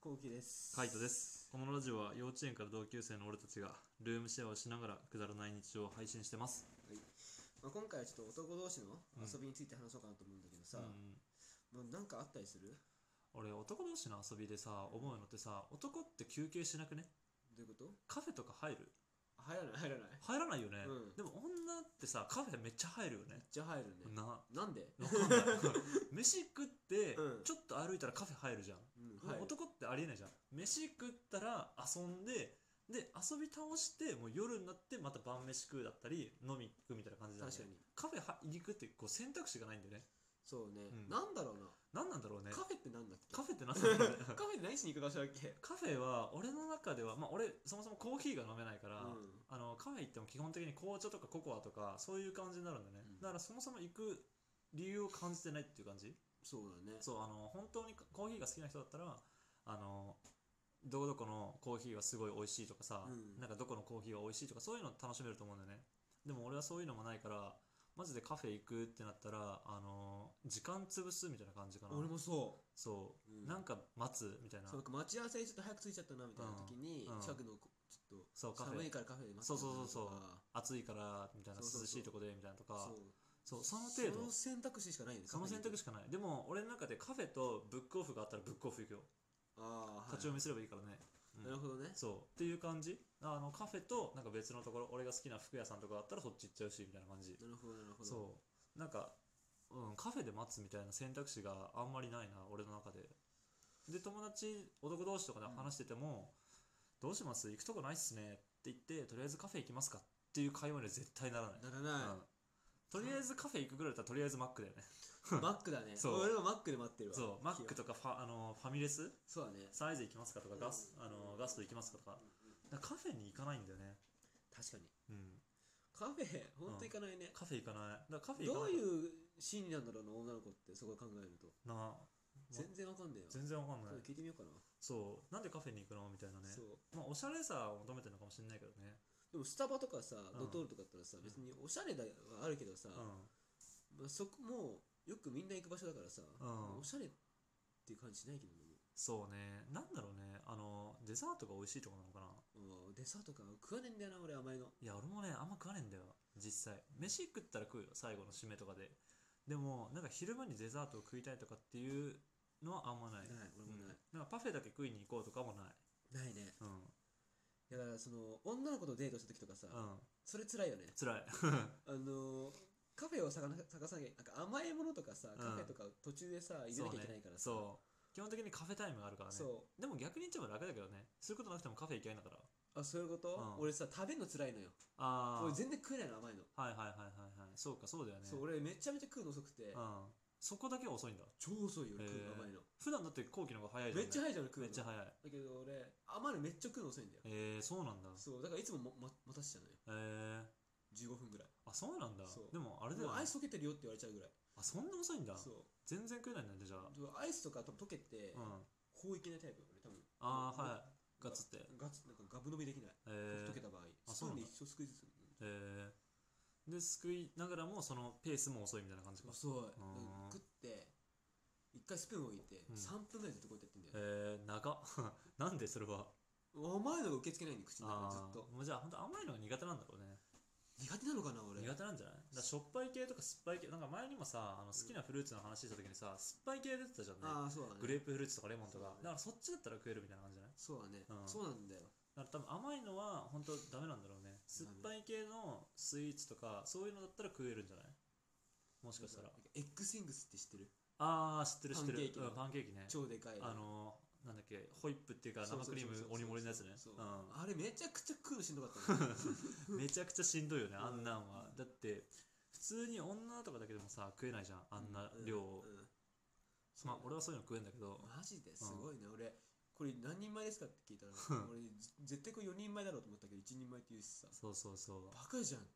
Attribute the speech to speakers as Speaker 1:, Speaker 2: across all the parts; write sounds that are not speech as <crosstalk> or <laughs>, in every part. Speaker 1: こうきです
Speaker 2: カイトですこのラジオは幼稚園から同級生の俺たちがルームシェアをしながらくだらない日常を配信してます
Speaker 1: まあ、今回はちょっと男同士の遊びについて話そうかなと思うんだけどさ、
Speaker 2: うん
Speaker 1: もうなんかあったりする
Speaker 2: 俺男同士の遊びでさ思うのってさ男って休憩しなくね
Speaker 1: どういうこと
Speaker 2: カフェとか入る
Speaker 1: 入らない入らない
Speaker 2: 入らないよね、
Speaker 1: うん
Speaker 2: でも女ってさカフェめっちゃ入るよね
Speaker 1: じゃあ入るね、
Speaker 2: な
Speaker 1: なんで
Speaker 2: わかんない <laughs> 飯食って、
Speaker 1: うん
Speaker 2: ちょっと歩いたらカフェ入るじゃん、
Speaker 1: うん入る
Speaker 2: 男ってありえないじゃん飯食ったら遊んでで遊び倒してもう夜になってまた晩飯食うだったり飲み行くみたいな感じだよね
Speaker 1: 確かに
Speaker 2: カフェは行くってこう選択肢がないんだよね
Speaker 1: そうね、
Speaker 2: うん
Speaker 1: なんだろうな
Speaker 2: 何なんだろうね
Speaker 1: カフェってなんだっけ
Speaker 2: カフェって何なんだろ
Speaker 1: <laughs>
Speaker 2: うね
Speaker 1: カフェって何しに行く場所だっけ
Speaker 2: カフェは俺の中ではまあ俺そもそもコーヒーが飲めないから、
Speaker 1: うん
Speaker 2: あのカフェ行っても基本的に紅茶とかココアとかそういう感じになるんだよね、
Speaker 1: うん
Speaker 2: だからそもそも行く理由を感じてないっていう感じ
Speaker 1: そうだね
Speaker 2: そうあの本当にコーヒーが好きな人だったらあのどこどこのコーヒーはすごい美味しいとかさ、
Speaker 1: うん
Speaker 2: なんかどこのコーヒーは美味しいとかそういうの楽しめると思うんだよねでも俺はそういうのもないからマジでカフェ行くってなったらあの時間潰すみたいな感じかな
Speaker 1: 俺もそ
Speaker 2: そう、
Speaker 1: うん
Speaker 2: なんか待つみたいな
Speaker 1: うそうなんか待ち合わせにちょっと早く着いちゃったなみたいな時に、
Speaker 2: うんうん
Speaker 1: 近くのこちょっと
Speaker 2: そうカフ
Speaker 1: 寒い
Speaker 2: ェ
Speaker 1: からカフェで待って
Speaker 2: そうそうそうそう
Speaker 1: とか
Speaker 2: 暑いからみたいな
Speaker 1: そうそうそう
Speaker 2: 涼しいとこでみたいなとか
Speaker 1: そう
Speaker 2: そうその程
Speaker 1: そ
Speaker 2: 度
Speaker 1: の選択肢しかないよね
Speaker 2: その選択
Speaker 1: 肢
Speaker 2: しかないでも俺の中でカフェとブックオフがあったらブックオフ行くよ
Speaker 1: ああ、
Speaker 2: 立ち読みすればいいからね、うん
Speaker 1: なるほどね
Speaker 2: そうっていう感じあのカフェとなんか別のところ俺が好きな服屋さんとかだったらそっち行っちゃうしみたいな感じ
Speaker 1: なるほどなるほど
Speaker 2: そうなんか、うん、カフェで待つみたいな選択肢があんまりないな俺の中でで友達男同士とかで
Speaker 1: うん
Speaker 2: 話してても、どうします行くとこないっすねって言ってとりあえずカフェ行きますかっていう会話には絶対ならな
Speaker 1: な
Speaker 2: い、
Speaker 1: らない、
Speaker 2: うんとりあえずカフェ行くぐらいだったらとりあえずマックだよね
Speaker 1: マックだね。
Speaker 2: <laughs> そう
Speaker 1: 俺はマックで待ってるわ。
Speaker 2: そうマックとかファあのファミレス
Speaker 1: そうだね。
Speaker 2: サイズ行きますかとかガス、あのガスト行きますかとか
Speaker 1: うんうん
Speaker 2: だからカフェに行かないんだよね
Speaker 1: 確かに。
Speaker 2: うん
Speaker 1: カフェ、ほんと行かないね。
Speaker 2: カフェ行かない。だからカフェ行か
Speaker 1: ど
Speaker 2: な
Speaker 1: う
Speaker 2: い
Speaker 1: い
Speaker 2: と
Speaker 1: う心理なんだろうな、女の子って、そこ考えると。
Speaker 2: なあ
Speaker 1: 全然わかんねえよ。
Speaker 2: 全然わかんない
Speaker 1: 今。度聞いてみようかな。
Speaker 2: そう。なんでカフェに行くのみたいなね。
Speaker 1: そう。
Speaker 2: まあ、おしゃれさを求めてるのかもしれないけどね。
Speaker 1: でもスタバとかさ、
Speaker 2: ん
Speaker 1: ドトールとかだったらさ、別におしゃれだはあるけどさ、
Speaker 2: う
Speaker 1: まあそこもよくみんな行く場所だからさ、
Speaker 2: ん。
Speaker 1: おしゃれっていう感じしないけどね。もうん
Speaker 2: そうね。なんだろうね。あの、デザートが美味しいとこなのかな。
Speaker 1: あーデザートか食わねえんだよな、俺甘いの。
Speaker 2: いや、俺もね、あんま食わねえんだよ。実際。飯食ったら食うよ。最後の締めとかで。でも、なんか昼間にデザートを食いたいとかっていうのはあんまない。
Speaker 1: ない、俺もない。
Speaker 2: うん、なんかパフェだけ食いに行こうとかもない。
Speaker 1: ないね。
Speaker 2: うん。
Speaker 1: だから、その、女の子とデートした時とかさ、
Speaker 2: うん。
Speaker 1: それ辛いよね。
Speaker 2: 辛い。
Speaker 1: あのーカフェを探な探さなきゃなんか甘いものとかさ、
Speaker 2: ん
Speaker 1: カフェとか途中でさ入れなきゃいけないからさ
Speaker 2: そうねそう基本的にカフェタイムがあるからね
Speaker 1: そ
Speaker 2: でも逆に言っちゃえば楽だけどねすることなくてもカフェ行きゃいいんだから
Speaker 1: うあそういうこと、
Speaker 2: うん
Speaker 1: 俺さ食べるの辛いのよ
Speaker 2: ああ
Speaker 1: 俺全然食えないの甘いの、
Speaker 2: はいはいはいはいはいそうかそうだよね
Speaker 1: そう俺めちゃめちゃ食うの遅くて
Speaker 2: うん、そこだけは遅いんだ
Speaker 1: 超遅いよ俺
Speaker 2: へ
Speaker 1: 食う
Speaker 2: ー
Speaker 1: の甘いの、
Speaker 2: 普段だって後期の方が早いじゃん
Speaker 1: めっちゃ早いじゃん俺食うのだけど俺甘いの
Speaker 2: めっちゃ早い
Speaker 1: めっちゃ食うの遅いんだよ
Speaker 2: えー、そうなんだ
Speaker 1: そうだからいつもも、ま、待たせちゃうのよ
Speaker 2: えー、
Speaker 1: 15分ぐらい
Speaker 2: あそうなんだ
Speaker 1: そう
Speaker 2: でもあれだ
Speaker 1: もう
Speaker 2: よ、
Speaker 1: ア
Speaker 2: ね
Speaker 1: イ、ス溶けてるよって言われちゃうぐらい
Speaker 2: あそんな遅いんだ
Speaker 1: そ
Speaker 2: 全然食えないんだねじゃ
Speaker 1: う
Speaker 2: あ
Speaker 1: でアイスとか多分溶けて、
Speaker 2: うん
Speaker 1: こういけないタイプ俺多分
Speaker 2: ああはいガッツって
Speaker 1: ガツなんかガブ飲みできない、
Speaker 2: えー
Speaker 1: 溶けた場合
Speaker 2: あ
Speaker 1: スプーンで
Speaker 2: そ
Speaker 1: 一生
Speaker 2: うなんだ
Speaker 1: すくいずつ
Speaker 2: えー、ですくいながらもそのペースも遅いみたいな感じか
Speaker 1: 遅いだから
Speaker 2: うん
Speaker 1: 食って一回スプーン置いて
Speaker 2: うん
Speaker 1: 3分ぐらいずっとこうやってやってんだよ、
Speaker 2: えー、長っ <laughs> なんでそれは
Speaker 1: 甘いのが受け付けないんで口の中で
Speaker 2: あ
Speaker 1: ず
Speaker 2: ー
Speaker 1: っと
Speaker 2: もうじゃあ本当甘いのが苦手なんだろうね
Speaker 1: 苦手なのかな俺
Speaker 2: 苦手なんじゃないだからしょっぱい系とか酸っぱい系なんか前にもさあの好きなフルーツの話した時にさ酸っぱい系出てたじゃんね
Speaker 1: ああそうだね
Speaker 2: グレープフルーツとかレモンと
Speaker 1: そうだ
Speaker 2: か
Speaker 1: ね
Speaker 2: だからそっちだったら食えるみたいな感じじゃない
Speaker 1: そうだね、
Speaker 2: うん
Speaker 1: そうなんだよ
Speaker 2: だから多分甘いのは本当ダメなんだろうね酸っぱい系のスイーツとかそういうのだったら食えるんじゃないもしかしたら
Speaker 1: なんエッグスイングスって知ってる
Speaker 2: ああ知ってる知ってる
Speaker 1: パンケーキの
Speaker 2: うんパンケーキね
Speaker 1: 超でかい
Speaker 2: あのーなんだっけホイップっていうか
Speaker 1: そうそう
Speaker 2: 生
Speaker 1: そう
Speaker 2: クリーム鬼盛りのやつね
Speaker 1: そう
Speaker 2: うん
Speaker 1: あれめちゃくちゃ食うのしんどかったね
Speaker 2: めちゃくちゃしんどいよね、
Speaker 1: うん
Speaker 2: あんなんは。だって、普通に女とかだけでもさ、食えないじゃん、 <laughs> あんな量を。
Speaker 1: うんうん
Speaker 2: まあ、俺はそういうの食えんだけど、
Speaker 1: マジですごいね、俺これ何人前ですかって聞い
Speaker 2: <laughs>
Speaker 1: たら俺ぜ絶対これ4人前だろうと思ったけど1人前って言うしさ
Speaker 2: そうそう <laughs> そう。
Speaker 1: バカじゃん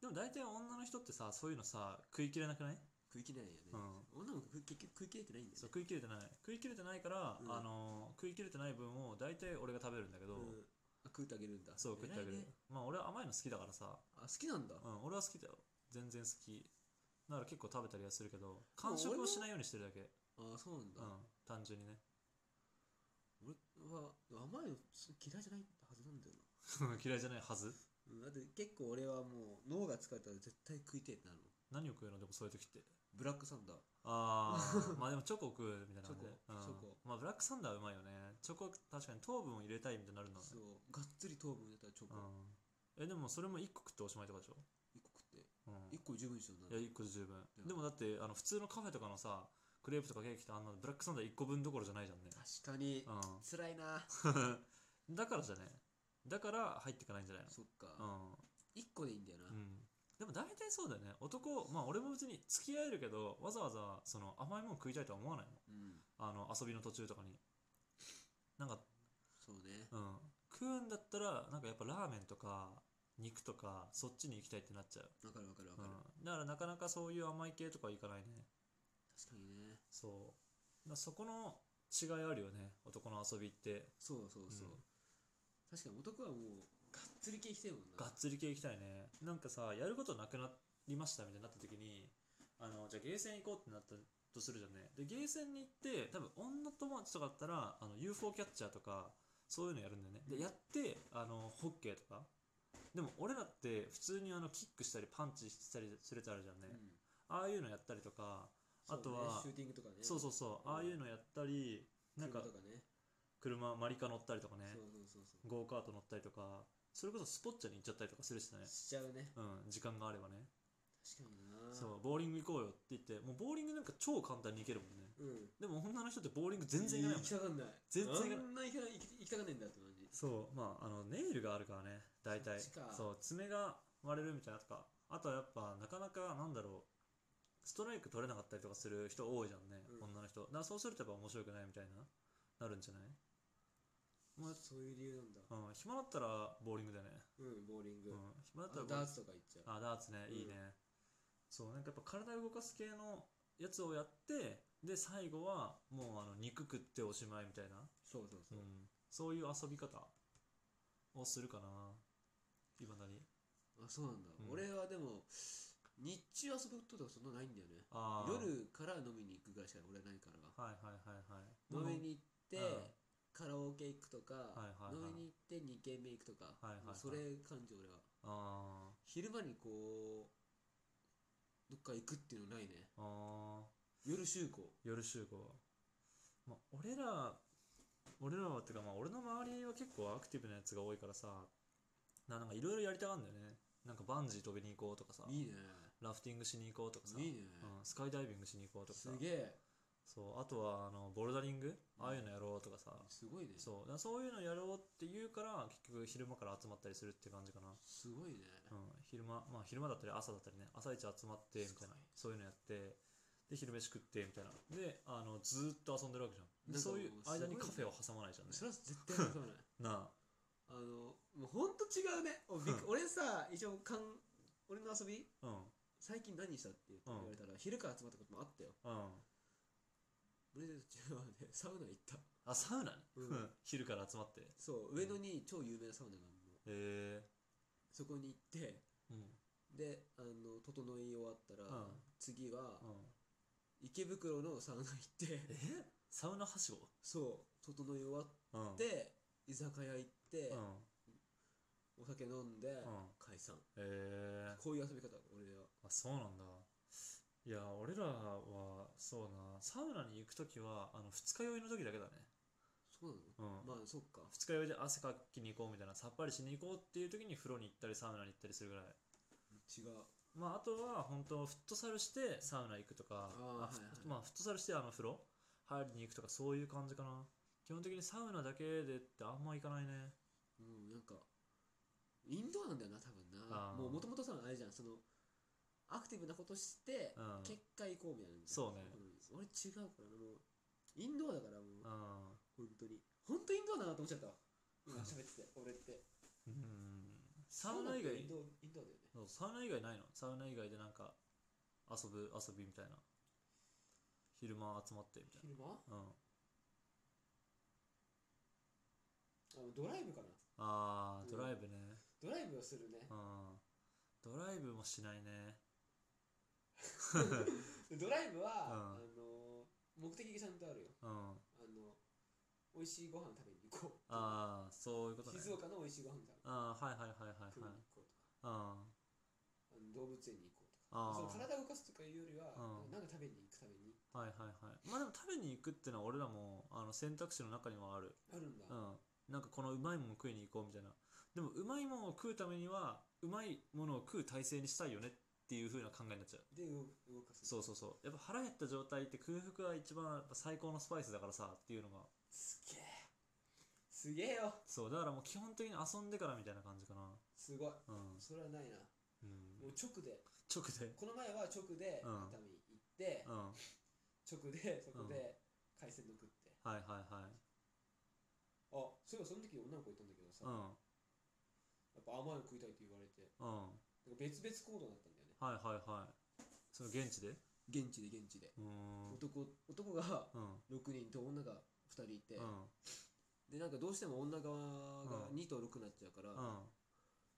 Speaker 2: でも大体女の人ってさ、そういうのさ、食い切れなくない
Speaker 1: 食い切れないよね、
Speaker 2: うん
Speaker 1: 女の子食い結局食い切れてないんだよ
Speaker 2: そ
Speaker 1: ね
Speaker 2: う食い切れてない。食い切れてないから、
Speaker 1: うん
Speaker 2: あのー食い切れてない分を大体俺が食べるんだけど、
Speaker 1: うんあ食うてあげるんだ
Speaker 2: そう、食ってあげ
Speaker 1: 偉
Speaker 2: る。
Speaker 1: いね
Speaker 2: まあ、俺は甘いの好きだからさ、
Speaker 1: あ好きなんだ、
Speaker 2: うん、俺は好きだよ。全然好き。だから結構食べたりはするけど、完食をしないようにしてるだけ。
Speaker 1: あそうなんだ
Speaker 2: う、ん、単純にね。
Speaker 1: 俺甘いの嫌いじゃないはずなんだよ
Speaker 2: <laughs> 嫌いじゃないはず
Speaker 1: な、うん、だって結構俺はもう脳が疲れたら絶対食いてえってなるの
Speaker 2: 何を食うのでもそういう時って
Speaker 1: ブラックサンダー
Speaker 2: あ
Speaker 1: <laughs>
Speaker 2: あまあでもチョコを食うみたいな感じで
Speaker 1: チョ
Speaker 2: う
Speaker 1: コ
Speaker 2: ん
Speaker 1: チョコ
Speaker 2: まあブラックサンダーはうまいよねチョコは確かに糖分を入れたいみたいになるのはね
Speaker 1: そうがっつり糖分入れたらチョコ
Speaker 2: うんえでもそれも1個食っておしまいとかでしょ、
Speaker 1: 1個食って
Speaker 2: うん、
Speaker 1: 1個十分にしよう
Speaker 2: いや
Speaker 1: な
Speaker 2: 1個で十分、
Speaker 1: うん
Speaker 2: でもだってあの普通のカフェとかのさクレープとかケーキってあんなのブラックサンダー1個分どころじゃないじゃんね、
Speaker 1: 確かに辛いな
Speaker 2: うんだからじゃねだから入っていかないんじゃない
Speaker 1: そっ
Speaker 2: の
Speaker 1: か1個でいいんだよな
Speaker 2: うん、うん、でも大体そうだよね男まあ俺も別に付き合えるけどわざわざその甘いもの食いたいとは思わないの
Speaker 1: うん
Speaker 2: あの遊びの途中とかになんか、
Speaker 1: そうね
Speaker 2: うん、食うんだったらなんかやっぱラーメンとか肉とかそっちに行きたいってなっちゃう、
Speaker 1: わかるわかるわ
Speaker 2: う
Speaker 1: かる
Speaker 2: ん、だからなかなかそういう甘い系とか行かないね
Speaker 1: 確かにね
Speaker 2: そうだそこの違いあるよね男の遊びって
Speaker 1: そうそうそう
Speaker 2: うん
Speaker 1: 確かに男はもうがっつり系きてるもん
Speaker 2: が
Speaker 1: な
Speaker 2: っつり系行きたいねなんかさやることなくなりましたみたいになった時にあのじゃあゲーセン行こうってなったとするじゃんねでゲーセンに行って多分女友達とかだったらあの UFO キャッチャーとかそういうのやるんだよねでやってあのホッケーとかでも俺らって普通にあのキックしたりパンチしたりするってあるじゃんね、
Speaker 1: うん
Speaker 2: ああいうのやったりとか
Speaker 1: そうね
Speaker 2: あとは
Speaker 1: シューティングとかね
Speaker 2: そうそうそうああいうのやったりなんか
Speaker 1: 車とかね
Speaker 2: 車マリカ乗ったりとかね
Speaker 1: そうそうそうそう
Speaker 2: ゴーカート乗ったりとかそれこそスポッチャに行っちゃったりとかするしね
Speaker 1: しちゃうね
Speaker 2: うん時間があればね
Speaker 1: 確かにな
Speaker 2: そうボーリング行こうよって言ってもうボーリングなんか超簡単に行けるもんね
Speaker 1: うん
Speaker 2: でも女の人ってボーリング全然行かないもん
Speaker 1: 行きたがんない
Speaker 2: 全然行か
Speaker 1: あんな行きたが行き行きたがん
Speaker 2: ない
Speaker 1: ないんだって感じ
Speaker 2: そうまああのネイルがあるからね大体
Speaker 1: そっちか
Speaker 2: そう爪が割れるみたいなとかあとはやっぱなかなかなんだろうストライク取れなかったりとかする人多いじゃんね、
Speaker 1: うん
Speaker 2: 女の人だからそうするとやっぱ面白くないみたいななるんじゃない、もう
Speaker 1: そういう理由なんだ
Speaker 2: うん、暇だったらボーリングだよね、
Speaker 1: うんボーリン
Speaker 2: う
Speaker 1: グ
Speaker 2: ん、暇だ
Speaker 1: あとダー
Speaker 2: ったらボーリング
Speaker 1: ツとか行っちゃう
Speaker 2: あダーツね、
Speaker 1: うん
Speaker 2: いいねそうなんかやっぱ体を動かす系のやつをやってで最後はもうあの肉食っておしまいみたいな、
Speaker 1: そうそうそう
Speaker 2: そういう遊び方をするかな今何
Speaker 1: あそうなんだ
Speaker 2: うん
Speaker 1: 俺はでも日中遊ぶこととかそんなないんだよね
Speaker 2: ああ
Speaker 1: 夜から飲みに行くぐらいしか俺はないから
Speaker 2: はいはいはいはい
Speaker 1: 飲みに行って
Speaker 2: うん
Speaker 1: カラオケ行くとか
Speaker 2: いはいはい
Speaker 1: 飲みに行って2軒目行くとか
Speaker 2: はいは
Speaker 1: もう
Speaker 2: いはい
Speaker 1: それ感じ俺は
Speaker 2: あ
Speaker 1: 昼間にこうどっか行くっていうのないね
Speaker 2: ーあー
Speaker 1: 夜集合
Speaker 2: 夜集合、まあ、俺ら俺らはってかまあ俺の周りは結構アクティブなやつが多いからさななんかいろいろやりたがるんだよねなんかバンジー飛びに行こうとかさ
Speaker 1: いいね
Speaker 2: ラフティングしに行こうとかさ
Speaker 1: いいね
Speaker 2: うん、スカイダイビングしに行こうとかさ
Speaker 1: すげえ
Speaker 2: そうあとはあのボルダリング
Speaker 1: うん
Speaker 2: ああいうのやろうとかさ、
Speaker 1: すごいね
Speaker 2: そうだからそういうのやろうって言うから結局昼間から集まったりするって感じかな、
Speaker 1: すごいね
Speaker 2: うん、昼間まあ昼間だったり朝だったりね朝一集まってみたいなそういうのやってで昼飯食ってみたいなであのずーっと遊んでるわけじゃん
Speaker 1: なんか
Speaker 2: でそ
Speaker 1: もう
Speaker 2: ういう間に
Speaker 1: すごいね
Speaker 2: カフェを挟まないじゃんね
Speaker 1: それは絶対わ
Speaker 2: <laughs>
Speaker 1: からない
Speaker 2: なあ
Speaker 1: あのもうほんと違うねおびっく俺さ一応かん俺の遊び
Speaker 2: うん
Speaker 1: 最近何したって言われたら、昼から集まったこともあったよ
Speaker 2: うん
Speaker 1: 俺たちはね <laughs> サウナ行った
Speaker 2: あサウナに、
Speaker 1: うん
Speaker 2: うん昼から集まってへ
Speaker 1: そう上野に超有名なサウナがあるの
Speaker 2: え
Speaker 1: そこに行って
Speaker 2: うん
Speaker 1: であの整い終わったら、
Speaker 2: うん
Speaker 1: 次は、
Speaker 2: うん
Speaker 1: 池袋のサウナ行って
Speaker 2: えサウナはしご
Speaker 1: そう整い終わっ
Speaker 2: うんうん
Speaker 1: て居酒屋行って、お酒飲んで、
Speaker 2: ん
Speaker 1: 解散
Speaker 2: へえ
Speaker 1: こういう遊び方俺は
Speaker 2: あそうなんだいや俺らはそうなサウナに行く時はあの二日酔いの時だけだね
Speaker 1: そうなの、
Speaker 2: うん、
Speaker 1: まあそっか
Speaker 2: 二日酔いで汗かきに行こうみたいなさっぱりしに行こうっていう時に風呂に行ったりサウナに行ったりするぐらい
Speaker 1: 違う
Speaker 2: まああとは本当フットサルしてサウナ行くとか
Speaker 1: あー
Speaker 2: あふ
Speaker 1: はいはい
Speaker 2: まあフットサルしてあの風呂入りに行くとかそういう感じかな基本的にサウナだけでってあんま行かないね
Speaker 1: うんなんかインドアなんだよな多分な
Speaker 2: あー
Speaker 1: もうもともとさあれじゃんそのアクティブなことして、
Speaker 2: うん
Speaker 1: 結果行こうみたいなのじゃん
Speaker 2: そうね
Speaker 1: ん俺違うからなもうインドアだからもう
Speaker 2: うん
Speaker 1: 本当に本当インドアだなと思っちゃったわ今喋ってて俺って
Speaker 2: うんサウナ以
Speaker 1: イ
Speaker 2: 外
Speaker 1: ンドインドアだよね
Speaker 2: そうサウナ以外ないのサウナ以外でなんか遊ぶ遊びみたいな昼間集まってみたい
Speaker 1: 昼間あ
Speaker 2: なうん
Speaker 1: ドライブかな
Speaker 2: あ
Speaker 1: う
Speaker 2: ー
Speaker 1: ん
Speaker 2: ドライブね
Speaker 1: ドライブをするね
Speaker 2: うんドライブもしないね
Speaker 1: でドライブは、あ
Speaker 2: うん
Speaker 1: の目的がちゃんとあるよ
Speaker 2: う
Speaker 1: あ
Speaker 2: ん
Speaker 1: の美味しいご飯食べに行こう
Speaker 2: ああそういうことね
Speaker 1: 静岡の美味しいご飯食べ
Speaker 2: ああはいはいはいはい
Speaker 1: 食い
Speaker 2: はい
Speaker 1: に行こうとか
Speaker 2: あ
Speaker 1: あの動物園に行こうと
Speaker 2: ああ
Speaker 1: かその体を動かすとかいうよりは
Speaker 2: うん
Speaker 1: なんか食べに行くために
Speaker 2: あはいはいはいまあでも食べに行くってのは俺らもあの選択肢の中にはある
Speaker 1: あるんだ
Speaker 2: うんなんかこのうまいもの食いに行こうみたいなでもうまいものを食うためにはうまいものを食う体制にしたいよねっていう風な考えになっちゃう
Speaker 1: で動動かす
Speaker 2: そうそうそうやっぱ腹減った状態って空腹は一番やっぱ最高のスパイスだからさっていうのが
Speaker 1: すげえすげえよ
Speaker 2: そうだからもう基本的に遊んでからみたいな感じかな
Speaker 1: すごい
Speaker 2: うん、
Speaker 1: それはないな
Speaker 2: う
Speaker 1: も
Speaker 2: ん
Speaker 1: う、直で
Speaker 2: 直で
Speaker 1: この前は直で
Speaker 2: うん
Speaker 1: 熱海行って
Speaker 2: うん
Speaker 1: 直でそこ
Speaker 2: うん
Speaker 1: で海鮮丼食って
Speaker 2: はいはいはい
Speaker 1: あそういえばその時女の子いたんだけどさ
Speaker 2: うん
Speaker 1: やっぱ甘いの食いたいって言われて
Speaker 2: うん
Speaker 1: なんか別々行動だったんだよね
Speaker 2: はいはいはいその現地で
Speaker 1: 現地で現地で
Speaker 2: うーんうん
Speaker 1: 男男が
Speaker 2: うん
Speaker 1: 6人と女が2人いて、
Speaker 2: うん
Speaker 1: でなんかどうしても女側が
Speaker 2: うん
Speaker 1: 2と6になっちゃうから、
Speaker 2: うん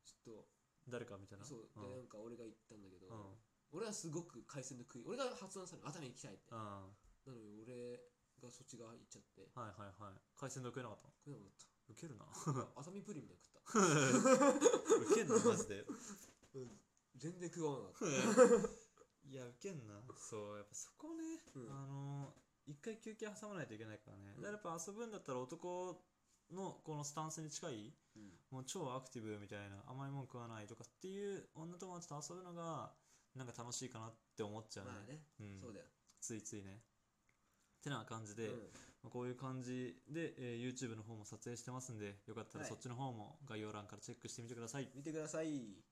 Speaker 1: ちょっ
Speaker 2: 誰かみたい
Speaker 1: と
Speaker 2: な
Speaker 1: そう
Speaker 2: うん
Speaker 1: でなんか俺が言ったんだけど、
Speaker 2: うん
Speaker 1: 俺はすごく海鮮の食い俺が発案したの熱海行きたいって、
Speaker 2: うんは
Speaker 1: なのに俺がそっち側行っちゃっ
Speaker 2: <laughs>
Speaker 1: て
Speaker 2: いはいはい海鮮丼食えなかったの
Speaker 1: 食えなかった <laughs>
Speaker 2: ウケるな
Speaker 1: 熱海プリンみたいに食った、
Speaker 2: ウケんなマジで
Speaker 1: うん、全然食わなかった
Speaker 2: いやウケんなそうやっぱそこね、
Speaker 1: うん
Speaker 2: あのー一回休憩挟まないといけないからね、
Speaker 1: うん
Speaker 2: だからやっぱ遊ぶんだったら男のこのスタンスに近い
Speaker 1: うん
Speaker 2: もう超アクティブみたいな甘いもん食わないとかっていう女友達と遊ぶのがなんか楽しいかなって思っちゃうね,、
Speaker 1: まあね、
Speaker 2: うん、
Speaker 1: そうだよ、
Speaker 2: ついついねてな感じで、
Speaker 1: うん
Speaker 2: まあこういう感じで、えー YouTube の方も撮影してますんでよかったら
Speaker 1: はい
Speaker 2: そっちの方も概要欄からチェックしてみてください、
Speaker 1: 見てください